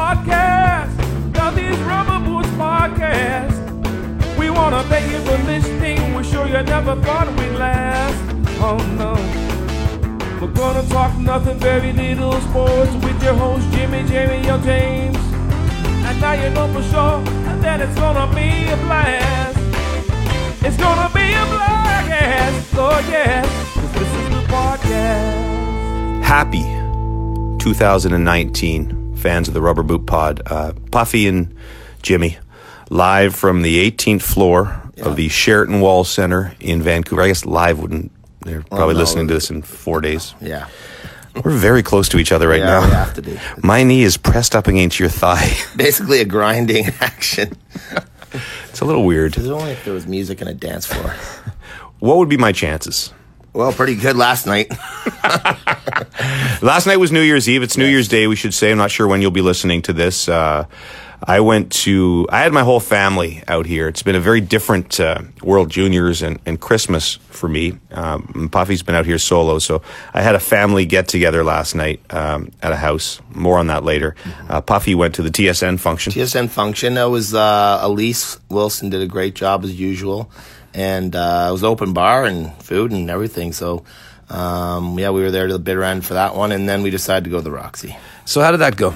Podcast. Southeast Rubber Boots Podcast. We want to thank you for listening. We're sure you never thought we'd last. Oh no. We're going to talk nothing, very little sports with your host Jimmy, Jamie, your James. And now you know for sure that it's going to be a blast. It's going to be a blast. Oh yes. 'Cause This is the podcast. happy 2019 fans of the rubber boot pod uh, puffy and jimmy live from the 18th floor of the sheraton wall center in vancouver i guess live wouldn't they're probably Oh, no. listening to this in four days Yeah. we're very close to each other right Yeah, now we have to be. my knee is pressed up against your thigh Basically a grinding action. it's a little weird There's only if there was music and a dance floor. what would be my chances Well, pretty good last night. Last night was New Year's Eve. It's New Year's Day, we should say. I'm not sure when you'll be listening to this. Uh, I went to, I had my whole family out here. It's been a very different uh, World Juniors and, and Christmas for me. Um, Puffy's been out here solo. So I had a family get together last night um, at a house. More on that later. Uh, Puffy went to the TSN function. TSN function. That was uh, Elise Wilson did a great job as usual, and uh, it was open bar and food and everything. So, um, yeah, we were there to the bitter end for that one, and then we decided to go to the Roxy. so how did that go?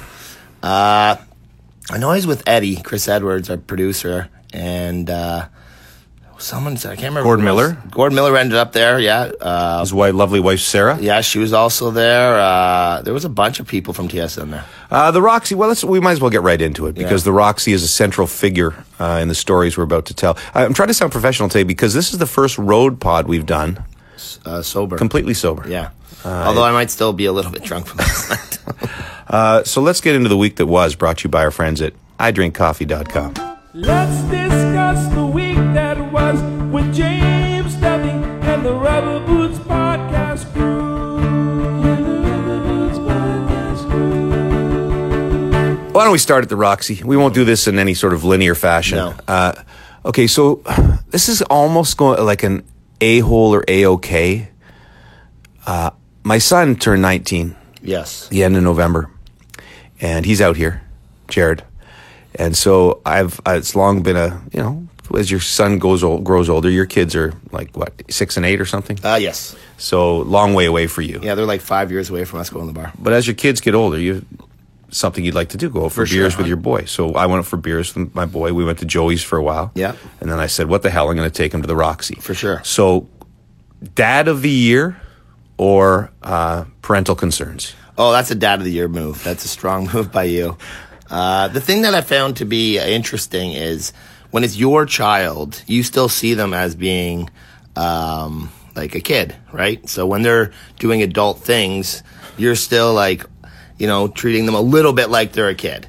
I know I was with Eddie, Chris Edwards, our producer, and uh, someone said I can't remember. Gord who else. Miller? Gord Miller ended up there. Yeah, uh, His wife, lovely wife, Sarah. yeah, she was also there. Uh, there was a bunch of people from TSN there. Uh, the Roxy. Well, let's, we might as well get right into it because the Roxy is a central figure uh, in the stories we're about to tell. I- I'm trying to sound professional today because this is the first road pod we've done Uh, sober. completely sober. yeah. Although I might still be a little bit drunk from last night. Uh, so let's get into the week that was, brought to you by our friends at iDrinkCoffee.com. Let's discuss the week that was with James Duffy and the Rubber Boots Podcast Crew. And the Rubber Boots Podcast Crew. Why don't we start at the Roxy? We won't do this in any sort of linear fashion. No. Uh, okay, so this is almost going like an a hole or a okay. Uh, my son turned 19. yes. the end of November, and he's out here, Jared. And so I've uh, it's long been a you know as your son goes old, grows older, your kids are like what six and eight or something. Uh, yes. So long way away for you. Yeah, they're like five years away from us going to the bar. But as your kids get older, you something you'd like to do go out for, For sure, beers with your huh? boy. So I went out for beers with my boy. We went to Joey's for a while. Yeah. And then I said, what the hell? I'm going to take him to the Roxy For sure. So dad of the year or uh, parental concerns. Oh, that's a dad of the year move. That's a strong move by you. Uh, the thing that I found to be interesting is when it's your child, you still see them as being um, like a kid, right? So when they're doing adult things, you're still like, you know, treating them a little bit like they're a kid.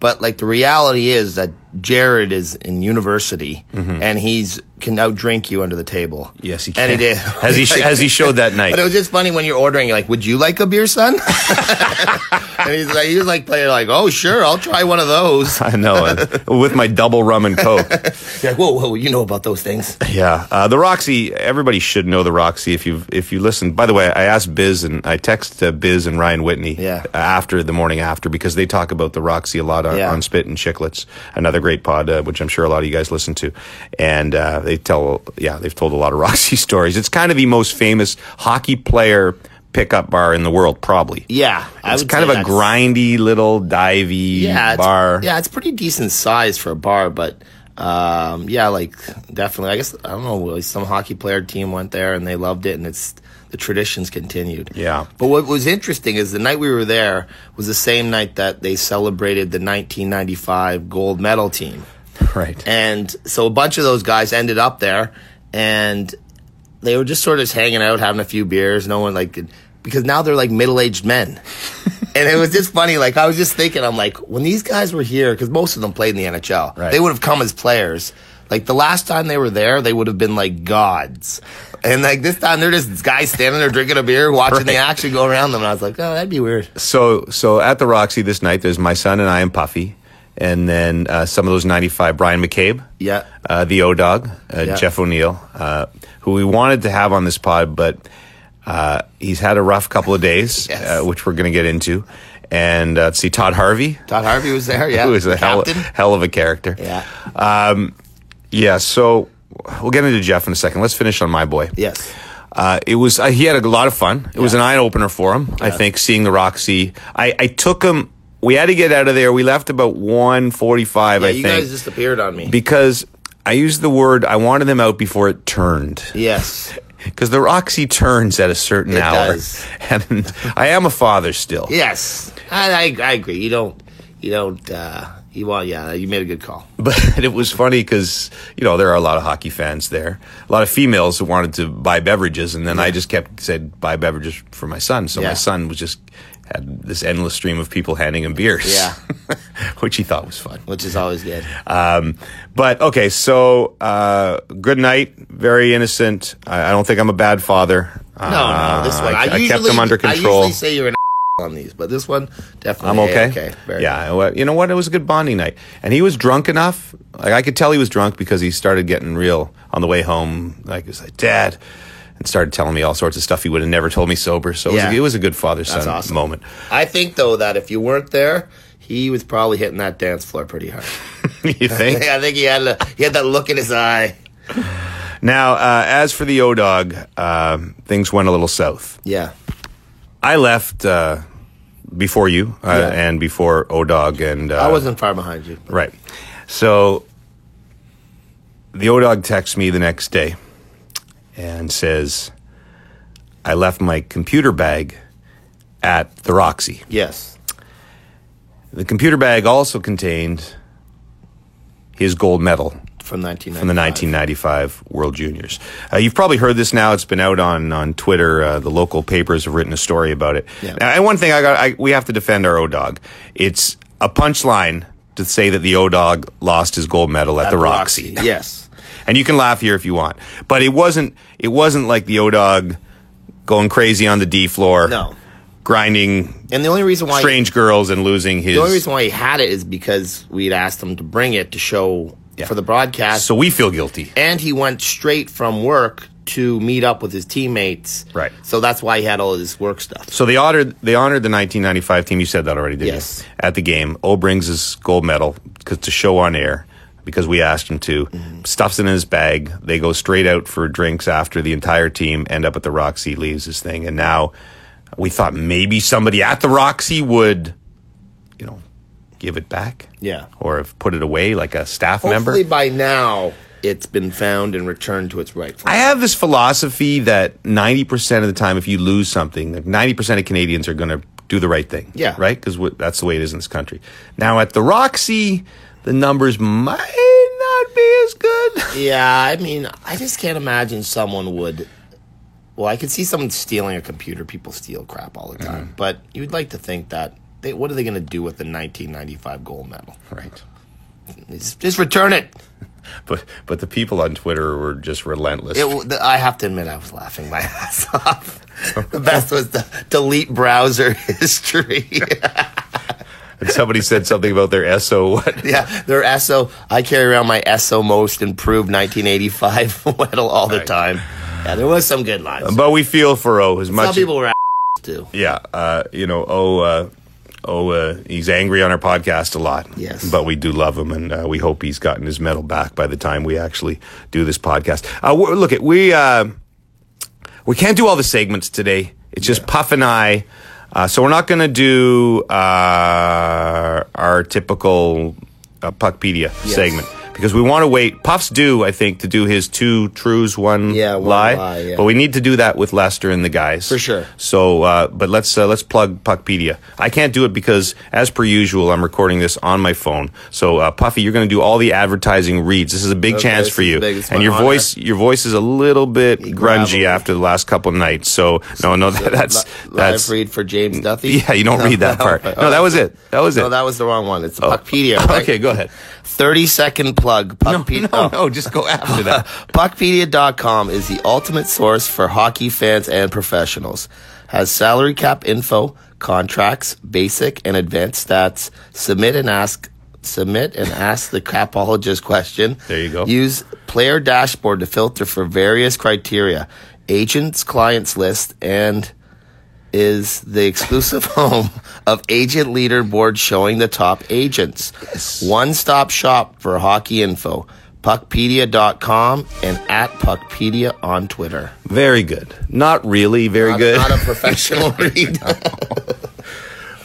But like the reality is that Jared is in university and he's can now drink you under the table. Mm-hmm. Yes, he And he can. did. As he sh- as he showed that night. But it was just funny when you're ordering, you're like, would you like a beer, son? and he's like, he was like playing like, oh, sure, I'll try one of those. I know, and with my double rum and coke. He's like, whoa, whoa, you know about those things. Yeah, uh, the Roxy. Everybody should know the Roxy if you if you listen. By the way, I asked Biz and I texted uh, Biz and Ryan Whitney uh, Yeah. after the morning after because they talk about the Roxy a lot on, Yeah. on Spit and Chicklets, another great pod uh, which I'm sure a lot of you guys listen to, and uh, they tell yeah they've told a lot of Roxy stories. It's kind of the most famous hockey player pickup bar in the world, probably. Yeah. I it's would kind say of a that's- grindy little divey yeah, it's- bar. Yeah, it's pretty decent size for a bar, but um, yeah, like definitely. I guess I don't know. like, Some hockey player team went there and they loved it, and it's the traditions continued. Yeah. But what was interesting is the night we were there was the same night that they celebrated the 1995 gold medal team. right. And so a bunch of those guys ended up there and they were just sort of hanging out, having a few beers. No one like, because now they're like middle aged men. and it was just funny. Like, I was just thinking, I'm like, when these guys were here, because most of them played in the NHL, Right. they would have come as players. Like, the last time they were there, they would have been like gods. And like this time, they're just guys standing there drinking a beer, watching the action go around them. And I was like, oh, that'd be weird. So so at the Roxy this night, there's my son and I and Puffy, and then uh, some of those 95 Brian McCabe, Yeah. uh, the O Dog, uh, Yeah. Jeff O'Neill, uh, who we wanted to have on this pod, but uh, he's had a rough couple of days, Yes. uh, which we're going to get into. and uh, let's see, Todd Harvey, Todd Harvey was there. Yeah, who is a The hell, captain. hell of a character. Yeah. Um, yeah, so we'll get into Jeff in a second. Let's finish on my boy. Yes. Uh, it was uh, he had a lot of fun. It was an eye opener for him, I think. Seeing the Roxy, I, I took him. We had to get out of there. We left about one forty-five, Yeah, I you think, guys just appeared on me. because I used the word I wanted them out before it turned, yes. because the Roxy turns at a certain It hour, does. and I am a father still. Yes. I, I I agree. You don't. You don't. uh You well. Yeah. You made a good call. But it was funny because you know there are a lot of hockey fans there, a lot of females who wanted to buy beverages, and then I just kept said buy beverages for my son. So Yeah. my son was just had this endless stream of people handing him beers, Yeah. which he thought was fun. Which is always good. Um, but okay, so uh, good night, very innocent. I, I don't think I'm a bad father. Uh, No, no. This one. Ah, I, I, I usually, kept him under I control. usually say you're an on these, but this one definitely. I'm okay. Okay. Very yeah. Well, you know what? It was a good bonding night, and he was drunk enough. Like I could tell he was drunk because he started getting real on the way home. Like he was like, "Dad," and started telling me all sorts of stuff he would have never told me sober. So it, was Yeah. a, it was a good father son awesome. moment. I think though that if you weren't there, he was probably hitting that dance floor pretty hard. you think? I think he had a, he had that look in his eye. now, uh, as for the O Dog, um, things went a little south. Yeah. I left uh, before you uh, Yeah. and before O Dog, and uh, I wasn't far behind you. Right. So the O Dog texts me the next day and says, I left my computer bag at the Roxy. Yes. The computer bag also contained his gold medal From 1995. from the 1995 World Juniors. Uh, you've probably heard this now. It's been out on on Twitter. Uh, the local papers have written a story about it. Yeah. Now, and one thing I got, I, we have to defend our O Dog. It's a punchline to say that the O Dog lost his gold medal at, the Roxy. Yes. and you can laugh here if you want, but it wasn't. It wasn't like the O Dog going crazy on the D floor. No. grinding And the only reason why strange girls and losing his. the only reason why he had it is because we'd asked him to bring it to show Yeah. for the broadcast. so we feel guilty. and he went straight from work to meet up with his teammates. Right. So that's why he had all his work stuff. So they honored they honored the 1995 team. You said that already, didn't Yes. you? At the game, O brings his gold medal 'cause- to show on air because we asked him to. Mm-hmm. Stuffs it in his bag. They go straight out for drinks after the entire team end up at the Roxy, leaves his thing, and now we thought maybe somebody at the Roxy would, you know, give it back. Yeah. Or have put it away like a staff member. Hopefully by now it's been found and returned to its rightful. I have this philosophy that 90% of the time, if you lose something, like 90% of Canadians are going to do the right thing. Yeah. Right? Because that's the way it is in this country. Now, at the Roxy, the numbers might not be as good. Yeah, I mean, I just can't imagine someone would. Well, I could see someone stealing a computer. People steal crap all the Mm-hmm. time, but you'd like to think that they. What are they going to do with the 1995 gold medal? right. Just, just return it. But but the people on Twitter were just relentless. it w- the, I have to admit, I was laughing my ass off. The best was the delete browser history. And somebody said something about their SO. What? yeah, their SO. I carry around my SO most improved 1985 medal all the Right. time. Yeah, there was some good lines. But we feel for O as much. Some people were a- too. yeah. Uh, you know, O. Uh, Oh, uh, he's angry on our podcast a lot. Yes. But we do love him, and uh, we hope he's gotten his medal back by the time we actually do this podcast. Uh, we look, at we uh, we can't do all the segments today. It's just Puff and I. Uh, so we're not going to do uh, our typical uh, Puckpedia segment because we want to wait. Puff's due, I think, to do his two trues, one, Yeah, one lie. lie, yeah. But we need to do that with Lester and the guys For sure. so, uh, but let's uh, let's plug Puckpedia. I can't do it because, as per usual, I'm recording this on my phone. So, uh, Puffy, you're going to do all the advertising reads. This is a big Okay, chance this for is you, big. It's and my your honor. voice your voice is a little bit grungy gravelly. after the last couple of nights. So, no, no, that, that's Li- that's live read for James Duffy. yeah. You don't read that part. No, that was it. That was No, it. that was the wrong one. It's Puckpedia. Right? Oh. oh. Okay, go ahead. Thirty second plug. Puckpedia. No, no, just go after that. Puckpedia.com is the ultimate source for hockey fans and professionals. Has salary cap info, contracts, basic and advanced stats. Submit and ask submit and ask the capologist question. There you go. Use player dashboard to filter for various criteria, agents, clients list, and is the exclusive home of agent leaderboard showing the top agents. One stop shop for hockey info. Puckpedia.com and at Puckpedia on Twitter. Very good. Not really very Not- good. Not a professional read.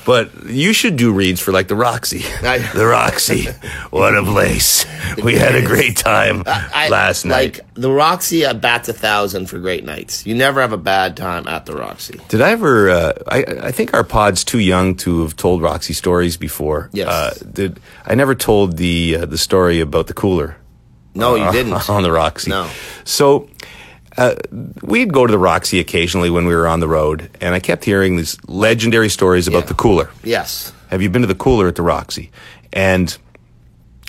But you should do reads for like the Roxy. I- the Roxy, what a place! We had a great time I- last night. Like the Roxy, I bats a thousand for great nights. You never have a bad time at the Roxy. Did I ever? Uh, I I think our pod's too young to have told Roxy stories before. Yes. Uh, did I never told the uh, the story about the cooler? No, Uh-huh. you didn't. on the Roxy. Mm. No. So uh, we'd go to the Roxy occasionally when we were on the road, and I kept hearing these legendary stories about Yeah. the cooler. Yes. Have you been to the cooler at the Roxy? And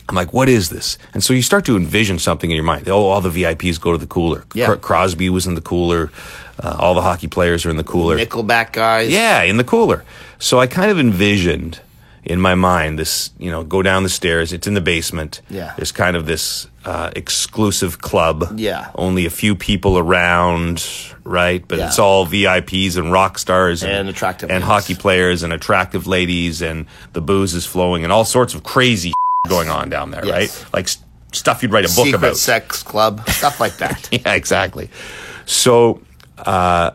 I'm like, what is this? And so you start to envision something in your mind. Oh, all the VIPs go to the cooler. Yeah. Cro- Crosby was in the cooler. Uh, all the hockey players are in the cooler. Nickelback guys. Yeah, in the cooler. So I kind of envisioned in my mind this, you know, go down the stairs. It's in the basement. Yeah. There's kind of this uh, exclusive club. Yeah. Only a few people around, right? But Yeah. it's all VIPs and rock stars And attractive and ladies. hockey players and attractive ladies and the booze is flowing and all sorts of crazy going on down there, Yes. right? Like s- stuff you'd write a book Secret about sex club, stuff like that. yeah, exactly. So uh,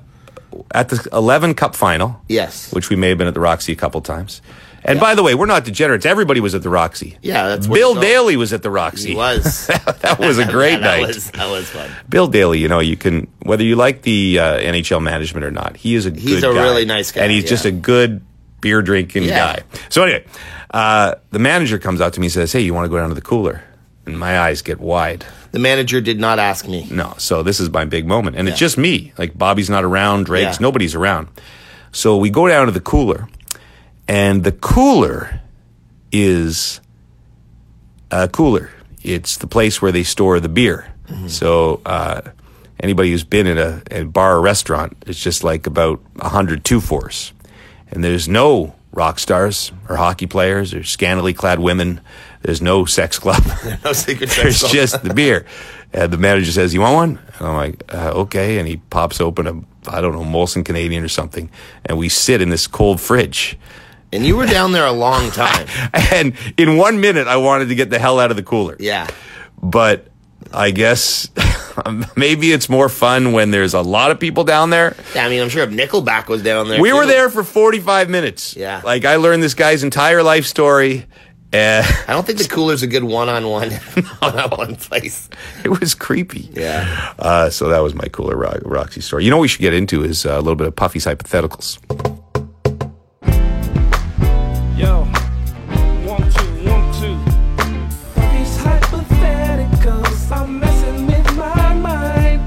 at the 11 Cup final, Yes. which we may have been at the Roxy a couple times. And by the way, we're not degenerates. Everybody was at the Roxy. Yeah, that's where Bill it's all- Daly was at the Roxy. He was. That was a great Yeah, that night. Was, that was fun. Bill Daly, you know, you can whether you like the uh, NHL management or not, he is a He's good a guy. really nice guy, and he's just yeah. a good beer drinking Yeah. guy. So anyway, uh, the manager comes out to me and says, "Hey, you want to go down to the cooler?" And my eyes get wide. The manager did not ask me. No, so this is my big moment, and it's Yeah. just me. Like Bobby's not around, Drake's Yeah. nobody's around. So we go down to the cooler, and the cooler is a cooler. It's the place where they store the beer. Mm-hmm. So uh, anybody who's been in a, a bar or restaurant, it's just like about a hundred two fours, and there's no rock stars or hockey players or scantily clad women. There's no sex club. No secret sex There's club. just the beer. And the manager says, You want one? And I'm like, uh, Okay. And he pops open a, I don't know, Molson Canadian or something. And we sit in this cold fridge. And you were down there a long time. And in one minute, I wanted to get the hell out of the cooler. Yeah. But I guess maybe it's more fun when there's a lot of people down there. Yeah, I mean, I'm sure if Nickelback was down there. We too. were there for 45 minutes. Yeah. Like I learned this guy's entire life story. And I don't think the cooler's a good one-on-one, one-on-one place. it was creepy. Yeah. Uh, so that was my cooler Ro- Roxy story. You know what we should get into is uh, a little bit of Puffy's hypotheticals. Yo, one, two, one, two. These hypotheticals are messing with my mind.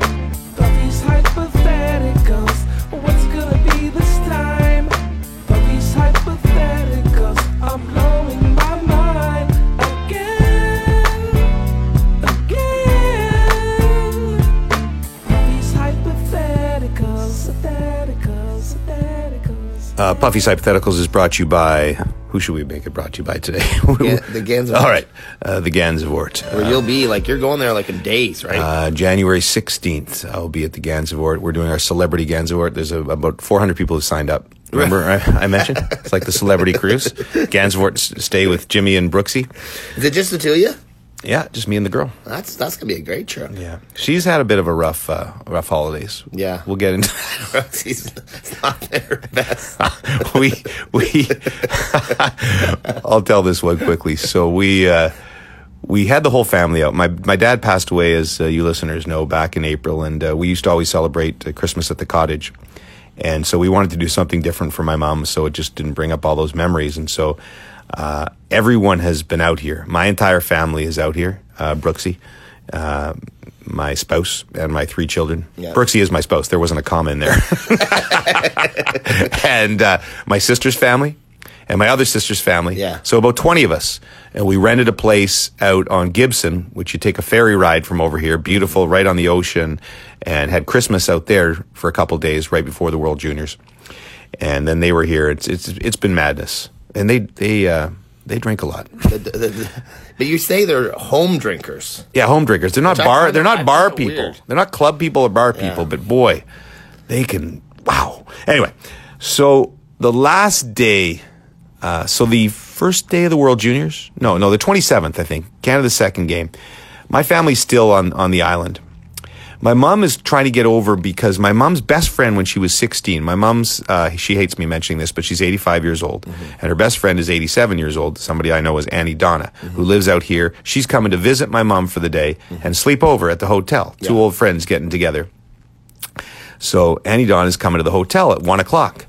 These hypotheticals, what's gonna be this time? These hypotheticals are blowing my mind again, again. These hypotheticals, hypotheticals, hypotheticals. Uh, Puffy's hypotheticals is brought to you by who should we make it brought to you by today? Yeah, the Gans Award. All right, uh, the Gansevoort. Where Uh, you'll be like you're going there like in days, right? uh, January sixteenth, I'll be at the Gansevoort. We're doing our celebrity Gansevoort. There's a, about four hundred people who signed up. Remember I, I mentioned it's like the celebrity cruise. Gansevoort s- stay with Jimmy and Brooksy. Is it just the two of you? Yeah, just me and the girl. That's that's gonna be a great trip. Yeah, she's had a bit of a rough, uh, rough holidays. Yeah. we'll get into. Roxy's it's not their best. we we I'll tell this one quickly. So we uh, we had the whole family out. My my dad passed away, as uh, you listeners know, back in April, and uh, we used to always celebrate uh, Christmas at the cottage. And so we wanted to do something different for my mom, so it just didn't bring up all those memories. And so uh, everyone has been out here. My entire family is out here. Uh, Brooksy. Uh, my spouse and my three children. Yeah. Brooksy is my spouse. There wasn't a comma in there and uh, my sister's family and my other sister's family. Yeah. So about 20 of us. And we rented a place out on Gibson, which you take a ferry ride from over here, beautiful, right on the ocean, and had Christmas out there for a couple days right before the World Juniors. And then they were here. It's it's it's been madness. And they they uh, they drink a lot. The- the- the- but you say they're home drinkers. Yeah, home drinkers. They're not Which I bar. find- They're I not bar find it people. weird. They're not club people or bar people. But boy, they can. Wow. Anyway, So the last day, uh, so the first day of the World Juniors, no, no, the 27th, I think, Canada's second game. My family's still on, on the island. My mom is trying to get over because my mom's best friend when she was 16, my mom's, uh, she hates me mentioning this, but she's 85 years old. And her best friend is 87 years old. Somebody I know is Annie Donna, who lives out here. She's coming to visit my mom for the day and sleep over at the hotel. Two Yeah. old friends getting together. So Annie Dawn is coming to the hotel at one o'clock,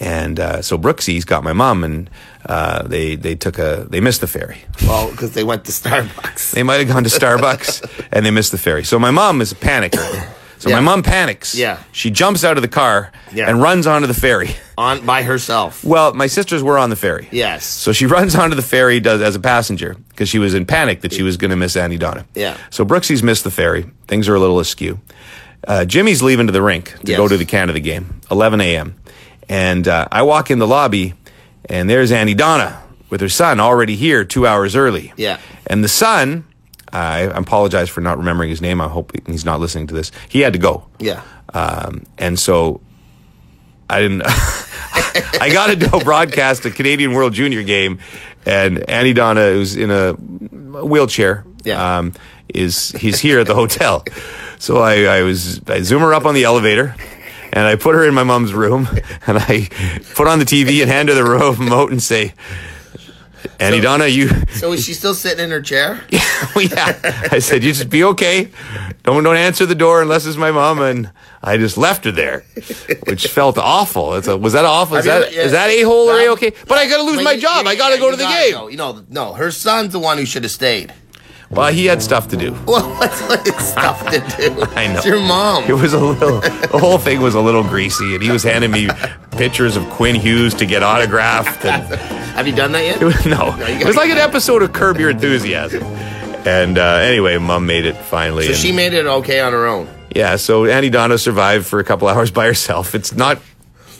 and uh, so Brooksy's got my mom, and uh, they they took a they missed the ferry. Well, because they went to Starbucks. They might have gone to Starbucks and they missed the ferry. So my mom is a panicker. So my Yeah. mom panics. Yeah. she jumps out of the car Yeah. and runs onto the ferry. on by herself. Well, my sisters were on the ferry. Yes. So she runs onto the ferry does, as a passenger because she was in panic that she was going to miss Annie Donna. Yeah. So Brooksy's missed the ferry. Things are a little askew. Uh, Jimmy's leaving to the rink to go Yes. to the Canada game, 11 a.m. And uh, I walk in the lobby, and there's Annie Donna with her son already here two hours early. Yeah. And the son, I apologize for not remembering his name. I hope he's not listening to this. He had to go. Yeah. Um, and so I didn't. I got to do broadcast a Canadian World Junior game, and Annie Donna, who's in a wheelchair, Yeah. um, is he's here at the hotel. So I, I was I zoom her up on the elevator, and I put her in my mom's room, and I put on the TV and hand her the remote and say, Annie Donna, you So is she still sitting in her chair? Oh, yeah. I said, you just be okay. Don't don't answer the door unless it's my mom. And I just left her there, which felt awful. It's a, was that awful? Is Have you that ever- yeah. is that a hole or That- a okay? But I got to lose But my you- job. you- I got to yeah, go you to the gotta game. go. You know, no, her son's the one who should have stayed. Well, he had stuff to do. Well, what's what it's stuff to do? I know. It's your mom. It was a little. The whole thing was a little greasy, and he was handing me pictures of Quinn Hughes to get autographed. And Have you done that yet? It was, no, you it was like an episode of Curb Your Enthusiasm. And uh, anyway, Mom made it finally. so and- she made it okay on her own. Yeah, so Annie Donna survived for a couple hours by herself. It's not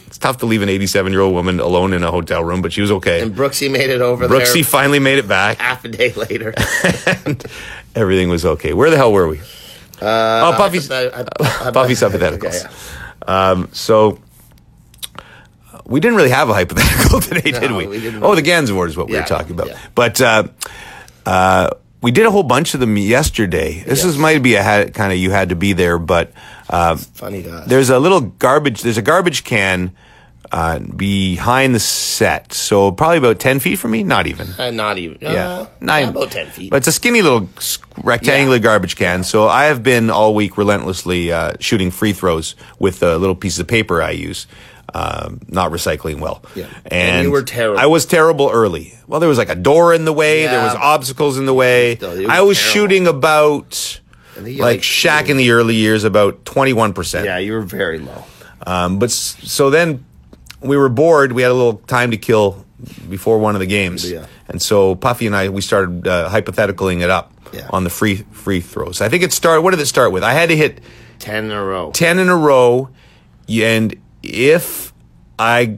it's tough to leave an 87-year-old woman alone in a hotel room, but she was okay. And Brooksy made it over Brooksy there finally made it back. half a day later. and everything was okay. Where the hell were we? Uh, oh, Buffy's I- I- I- Buffy's okay, hypotheticals. yeah. Um, so uh, we didn't really have a hypothetical today, did we? we didn't. Oh, the Gans Award is what we Yeah, were talking about. yeah. But uh, uh, we did a whole bunch of them yesterday. This is might be a ha- kind of you had to be there, but uh, Funny to us. there's a little garbage. There's a garbage can uh, behind the set, so probably about ten feet from me. Not even. Uh, not even. Yeah, Yeah. Nine- about 10 feet. But it's a skinny little s- rectangular garbage can. So I have been all week relentlessly uh, shooting free throws with the little pieces of paper I use. Um, not recycling well. Yeah. And, And you were terrible. I was terrible early. Well, there was like a door in the way. There Yeah. was obstacles in the way. Still, you were I was terrible. shooting about I think like, you like Shaq in the early years, about twenty one percent. yeah, you were very low. Um, but s- so then we were bored. We had a little time to kill before one of the games, Yeah. and so Puffy and I we started uh, hypotheticaling it up Yeah. on the free free throws. I think it started. What did it start with? I had to hit 10 in a row. ten in a row, y- and if I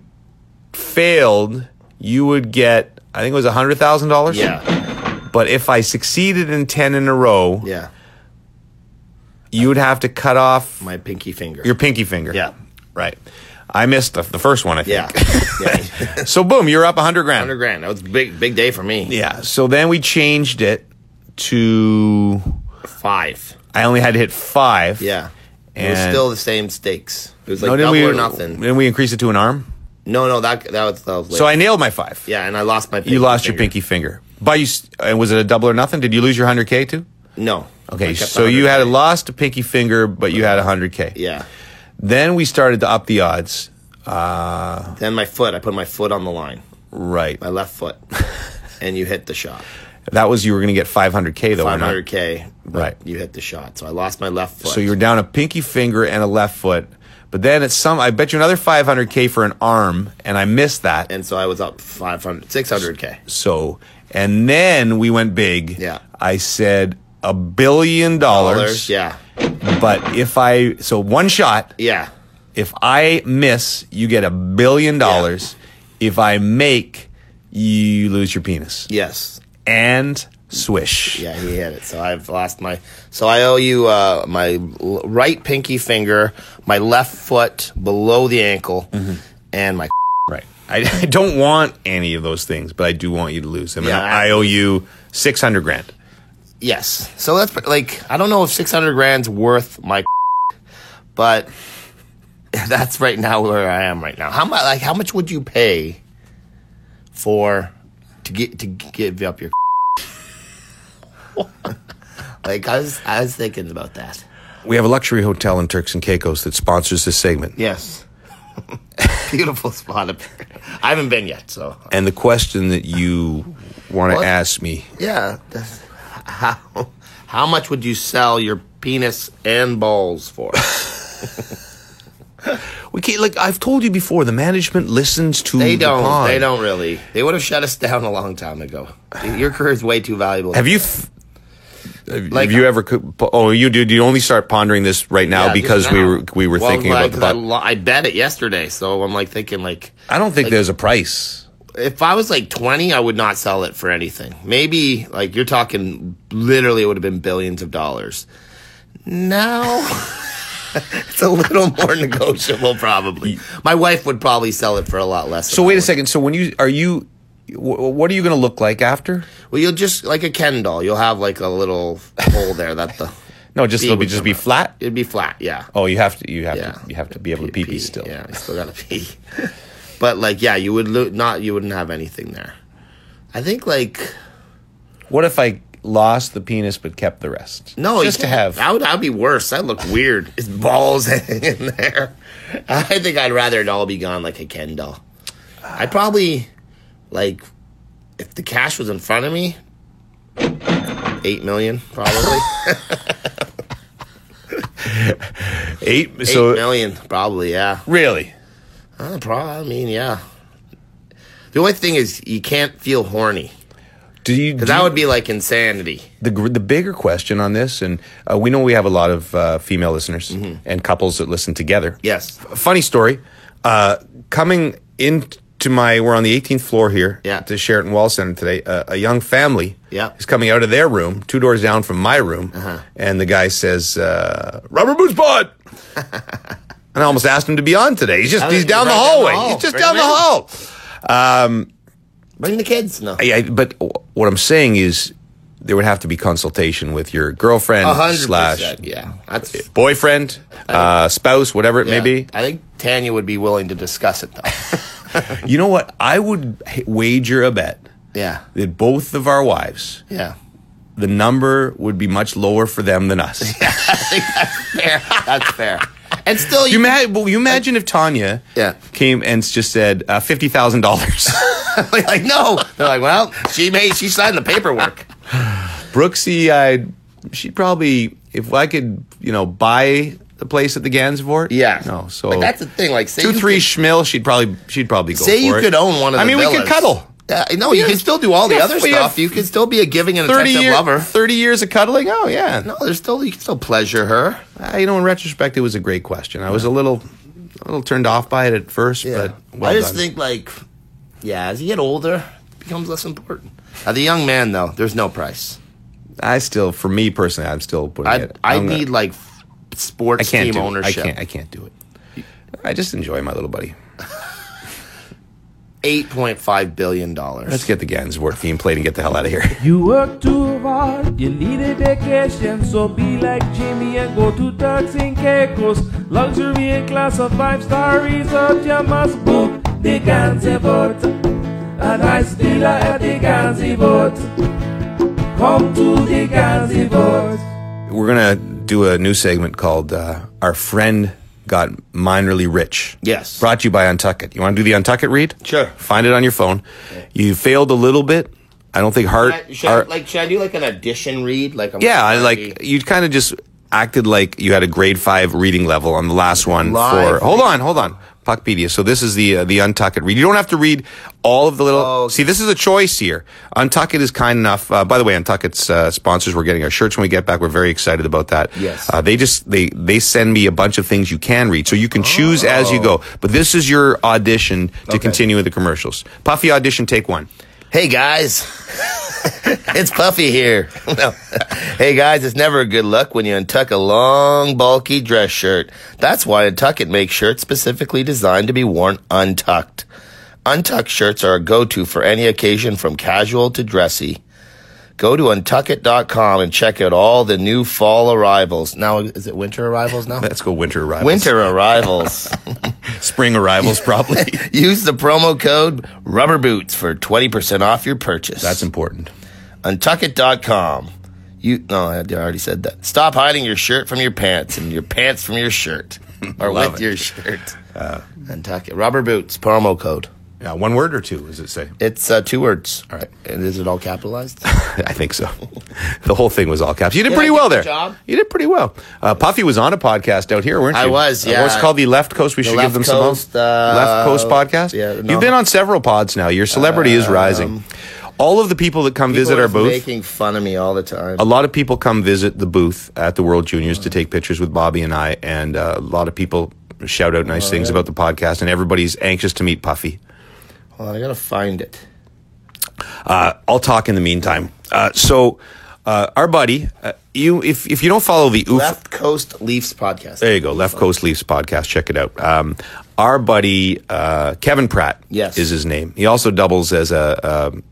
failed, you would get I think it was hundred thousand dollars. Yeah. But if I succeeded in ten in a row, Yeah. you would have to cut off My pinky finger. your pinky finger. Yeah. Right. I missed the, the first one. I think. yeah. yeah. So boom, you're up 100 grand. 100 grand. That was a big, big day for me. Yeah. So then we changed it to Five. I only had to hit 5. Yeah. it was And- still the same stakes. It was like No, didn't double we or nothing. Then we increased it to an arm. No, no, that that was, that was late. So I nailed my 5. yeah, and I lost my. Pinky You lost finger. your pinky finger. But you s- and was it a double or nothing? Did you lose your 100k too? No. I Okay. kept So you 100. had lost a pinky finger, but you had 100k. Yeah. Then we started to up the odds. Then my foot. I put my foot on the line. Right. My left foot. and you hit the shot. That was you Oh, were going to get 500k though. or not. 500k. but Right. You hit the shot. So I lost my left foot. So you're down a pinky finger and a left foot. But then it's some I bet you another 500k for an arm and I missed that. And so I was up 500, 600k. So, and then we went big. Yeah. I said a billion dollars. Dollars. Yeah. But if I, so one shot, Yeah. if I miss, you get a billion dollars. If I make, you lose your penis. Yes. And swish. Yeah, he hit it. So I've lost my. So I owe you uh, my l- right pinky finger, my left foot below the ankle, and my Right. I, I don't want any of those things, but I do want you to lose them. Yeah, and I, I- I owe you six hundred grand. yes. So that's pr- like I don't know if six hundred grand's worth my, but that's right now where I am right now. How much? Like how much would you pay for to get to give up your? like I was, I was thinking about that. We have a luxury hotel in Turks and Caicos that sponsors this segment. Yes. Beautiful spot up there. I haven't been yet, so And the question that you want to What? ask me yeah. that's- How how much would you sell your penis and balls for? We can't like I've told you before. The management listens to They the don't. pond. They don't really. They would have shut us down a long time ago. Your career is way too valuable. Have you? F- have Like- you ever? co- po- Oh, you did. You only start pondering this right now Yeah, because just we now. were we were Well, thinking like, about the. 'cause I, pond. lo- I bet it yesterday, so I'm like thinking like I don't think there's a price. if I was like 20, I would not sell it for anything. Maybe like you're talking literally it would have been billions of dollars. No. it's a little more negotiable probably. My wife would probably sell it for a lot less. So than I wait a would. second. So when you are you, wh- what are you going to look like after? Well, you'll just like a Ken doll. You'll have like a little hole there that the No, just Pee it'll be would just come be out. flat. it'd be flat, yeah. Oh, you have to you have Yeah. to you have to be able to pee pee still. Yeah, I still got to pee. but like yeah, you would lo- not you wouldn't have anything there. I think like What if I lost the penis but kept the rest? No, just you to can't. have. That would, that would be worse. That look weird. His balls hanging in there. I think I'd rather it all be gone like a Ken doll. I'd probably, like, if the cash was in front of me, eight million probably. eight. Eight so million probably. Yeah. really, Uh, probably. I mean, yeah. The only thing is, you can't feel horny. do you? do 'Cause that you- would be like insanity. the gr- the bigger question on this, and uh, we know we have a lot of uh, female listeners Mm-hmm. and couples that listen together. Yes. Funny story. Uh, coming into my, we're on the 18th floor here Yeah. at the Sheraton Wall Center today. Uh, a young family Yeah. Uh-huh. is coming out of their room, two doors down from my room, and the guy says, uh, "Rubber boots pod." and I almost asked him to be on today. He's just Oh, he's you're down the right down the hallway. hall. He's just Bring down him the in. hall. Bring the kids. No. I, I, but what I'm saying is, there would have to be consultation with your girlfriend A hundred slash percent. Yeah. That's. boyfriend, uh, spouse, whatever it yeah. may be. I think Tanya would be willing to discuss it though. You know what? I would h- wager a bet yeah. that both of our wives, Yeah. the number would be much lower for them than us. fair. That's fair. And still, You, you, ma- well, you imagine if Tanya Yeah. came and s- just said uh, fifty thousand dollars. like no. They're like, well, she made she signed the paperwork. Brooksy, I E she'd probably if I could, you know, buy the place at the Gansevoort. No, so But that's the thing. Like, say two you three could- schmil. She'd probably she'd probably go. say you for it. could own one of. I the mean, we could villas. cuddle. Yeah, no, you can still do all the Yeah, other we have stuff. You can still be a giving and 30, attentive year- lover. 30 years of cuddling? Oh, yeah. No, there's still you can still pleasure her. Uh, you know, in retrospect, it was a great question. I was a little, a little turned off by it at first, but well I just done. think like, yeah, as you get older, it becomes less important. As a young man, though, there's no price. I still, for me personally, I'm still putting I it. I I'm gonna- need like f- I sports can't team do it. ownership. I can't. I can't do it. I just enjoy my little buddy. Eight point five billion dollars. Let's get the Gansworth theme played and get the hell out of here. You work too hard, you need a vacation, so be like Jimmy and go to Turks and Caicos. Luxury and class of five star resort, you must book the Gansevoort. A nice villa at the Gansevoort. Come to the Gansevoort. We're gonna do a new segment called uh, "Our Friend Got Minorly Rich." Yes. Brought to you by Untuckit. You want to do the Untuckit read? Sure. Find it on your phone. You failed a little bit. I don't think hard. I- should I, like should I do like an audition read? Like I'm Yeah, I sorry. like you kind of just acted like you had a grade five reading level on the last one. Live. For hold on, hold on, Puckpedia. So this is the uh, the Untuck It read. You don't have to read all of the little. Oh, okay. See, this is a choice here. Untuck It is kind enough. Uh, by the way, Untuck It's uh, sponsors. We're getting our shirts when we get back. We're very excited about that. Yes. Uh, they just they they send me a bunch of things you can read, so you can choose as you Oh. go. But this is your audition to continue with the commercials. Puffy audition take one. Hey guys, it's puffy here. No. hey guys, it's never a good look when you untuck a long, bulky dress shirt. That's why Untuckit makes shirts specifically designed to be worn untucked. Untucked shirts are a go-to for any occasion from casual to dressy. Go to untuckit.com and check out all the new fall arrivals. Now, is it winter arrivals now? Let's go winter arrivals. Winter arrivals. Spring arrivals, probably. Use the promo code Rubber Boots for 20% off your purchase. That's important. Untuckit.com. You no, I already said that. Stop hiding your shirt from your pants and your pants from your shirt, or Love with it. Uh, your shirt. Untuck it. Rubber boots promo code. Yeah, one word or two, does it say? It's uh, two words. All right. and is it all capitalized? I think so. The whole thing was all caps. You did Did pretty I well do there. the job? You did pretty well. Uh, Puffy was on a podcast out here, weren't you? I was, Uh, yeah. what's it called the Left Coast? We should Left give them Coast, some uh, Left Coast podcast. yeah, no. Um, You've been on several pods now. Your celebrity is rising. All of the people that come visit People our are booth. making fun of me all the time. a lot of people come visit the booth at the World Juniors to take pictures with Bobby and I, and uh, a lot of people shout out Oh, nice things about the podcast, and everybody's anxious to meet Puffy. Hold on, I gotta find it. Uh, I'll talk in the meantime. Uh, so, uh, our buddy, uh, you if if you don't follow the Oof, Left Coast Leafs podcast. there you go, Left Coast Leafs podcast, check it out. Um, our buddy uh, Kevin Pratt, Yes. is his name. He also doubles as a um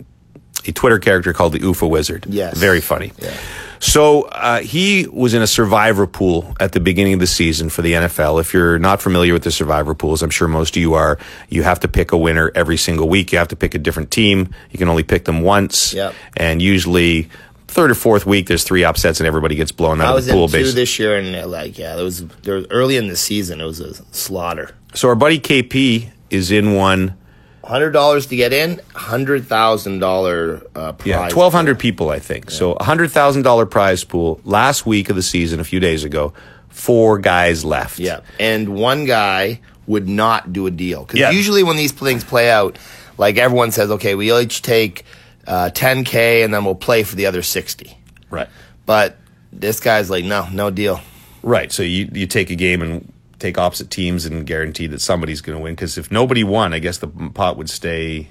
a Twitter character called the UFO Wizard. Yes. very funny. Yeah. So uh, he was in a survivor pool at the beginning of the season for the NFL. If you're not familiar with the survivor pools, I'm sure most of you are. You have to pick a winner every single week. You have to pick a different team. You can only pick them once. Yep. And usually, third or fourth week, there's three upsets and everybody gets blown I out of was the pool. in two based- this year, and uh, like, yeah, there was there was early in the season. It was a slaughter. so our buddy KP is in one. Hundred dollars to get in, hundred thousand dollar uh, prize. Yeah, twelve hundred people, I think. So a hundred thousand dollar prize pool last week of the season, a few days ago. Four guys left. Yeah, and one guy would not do a deal because Yeah. usually when these things play out, like everyone says, okay, we each take uh, 10k and then we'll play for the other 60. right, But this guy's like, no, no deal. right. So you you take a game and take opposite teams and guarantee that somebody's going to win. Because if nobody won, I guess the pot would stay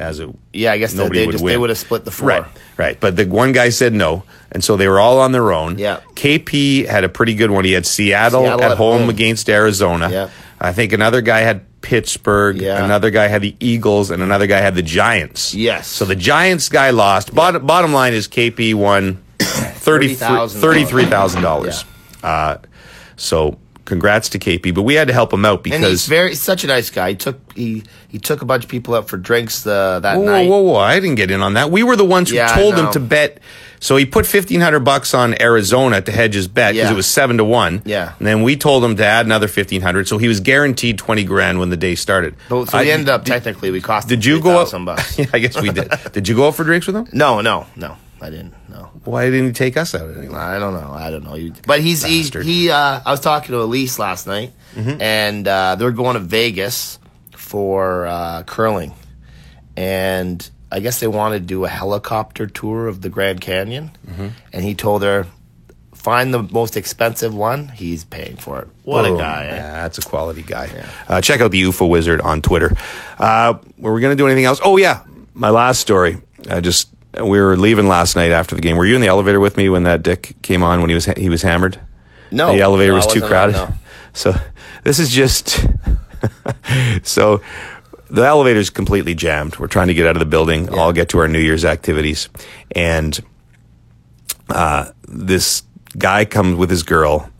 as it. Yeah, I guess they, Nobody they would just win. they would have split the four. Right, right. But the one guy said no, and so they were all on their own. Yeah. KP had a pretty good one. He had Seattle, Seattle at, at home, home. against Arizona. Yeah. I think another guy had Pittsburgh. Yeah. Another guy had the Eagles, and another guy had the Giants. Yes. So the Giants guy lost. Bottom, bottom line is KP won thirty $30,000. three thousand dollars. Uh, so congrats to KP, but we had to help him out And he's because. very such a nice guy. He took he he took a bunch of people out for drinks uh, that Whoa, night. whoa, whoa! I didn't get in on that. We were the ones who Yeah, I told him know. to bet. So he put fifteen hundred bucks on Arizona to hedge his bet because Yeah. it was seven to one. Yeah. And then we told him to add another fifteen hundred, so he was guaranteed twenty grand when the day started. But, so I- we ended up technically we cost. Did you go out? Some bucks. yeah, I guess we did. did you go out for drinks with him? No, no, no. I didn't. No. Why didn't he take us out anyway? I don't know. I don't know. You- But he's he, Bastard. Mm-hmm. he uh I was talking to Elise last night and uh they're going to Vegas for uh curling. And I guess they want to do a helicopter tour of the Grand Canyon. Mm-hmm. And he told her find the most expensive one, he's paying for it. What Boom. a guy. eh? Yeah, that's a quality guy. Uh, check out the UFO Wizard on Twitter. Uh, were we going to do anything else? Oh, yeah. My last story. I just, we were leaving last night after the game. Were you in the elevator with me when that dick came on when he was, he was hammered? No. The elevator No, I was too wasn't on, crowded. no. So this is just, so the elevator's completely jammed. We're trying to get out of the building, all get to our New Year's activities. And, uh, this guy comes with his girl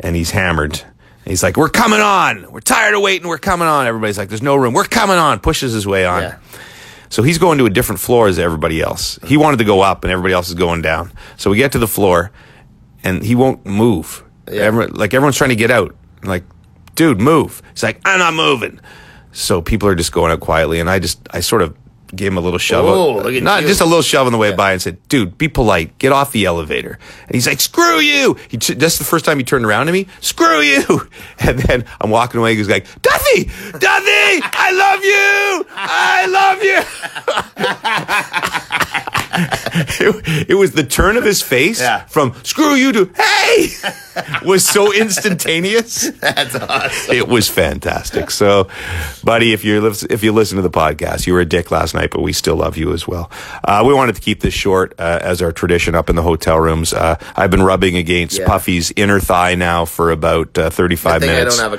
and he's hammered. And he's like, We're coming on. We're tired of waiting. We're coming on. Everybody's like, There's no room. We're coming on. Pushes his way on. Yeah. So he's going to a different floor as everybody else. He wanted to go up and everybody else is going down. So we get to the floor and he won't move. Yeah. Everyone- like everyone's trying to get out. I'm like, dude, move. He's like, I'm not moving. So people are just going out quietly. And I just, I sort of gave him a little shove. Oh, look at not you. just a little shove on the way by and said, dude, be polite. Get off the elevator. And he's like, screw you. He t- that's the first time he turned around to me. Screw you. And then I'm walking away. He's like, Duffy, Duffy, I love you. I love you. it, it was the turn of his face Yeah. from screw you to hey was so instantaneous. That's awesome. It was fantastic. So, buddy, if you are if you listen to the podcast, you were a dick last night, but we still love you as well. Uh, we wanted to keep this short uh, as our tradition up in the hotel rooms. Uh, I've been rubbing against Yeah. Puffy's inner thigh now for about uh, thirty I five think I minutes. don't have a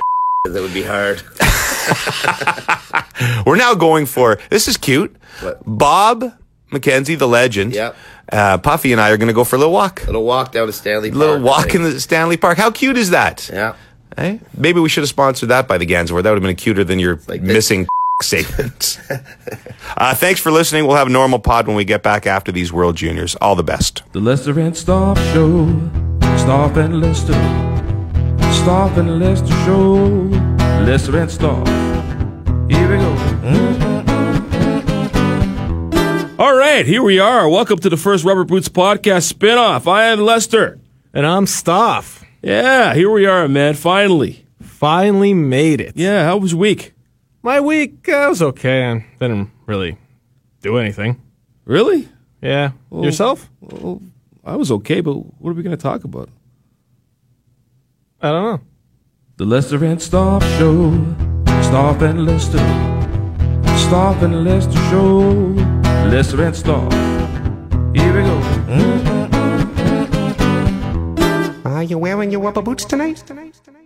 that would be hard. We're now going for this is cute. What? Bob McKenzie, the legend. Yep. Uh, Puffy and I are going to go for a little walk. Little walk down to Stanley. Park, little I walk think. in the Stanley Park. How cute is that? Yeah. Eh? Maybe we should have sponsored that by the Gansmore. That would have been cuter than your Like this. missing statements. uh, thanks for listening. We'll have a normal pod when we get back after these World Juniors. All the best. The Lester and Staff Show. Staff and Lester. Staff and Lester Show. Lester and Staff. Here we go. Mm-hmm. All right, here we are. Welcome to the first Rubber Boots podcast spinoff. I am Lester. And I'm Stoff. Yeah, here we are, man. Finally. Finally made it. Yeah, how was week? My week uh, was okay. I didn't really do anything. Really? Oh. Yeah. Yourself? I was okay, but what are we going to talk about? I don't know. The Lester and Staff Show. Staff and Lester. Staff and Lester Show. Lester and Staff. Here we go. Are you wearing your rubber boots tonight? tonight, tonight?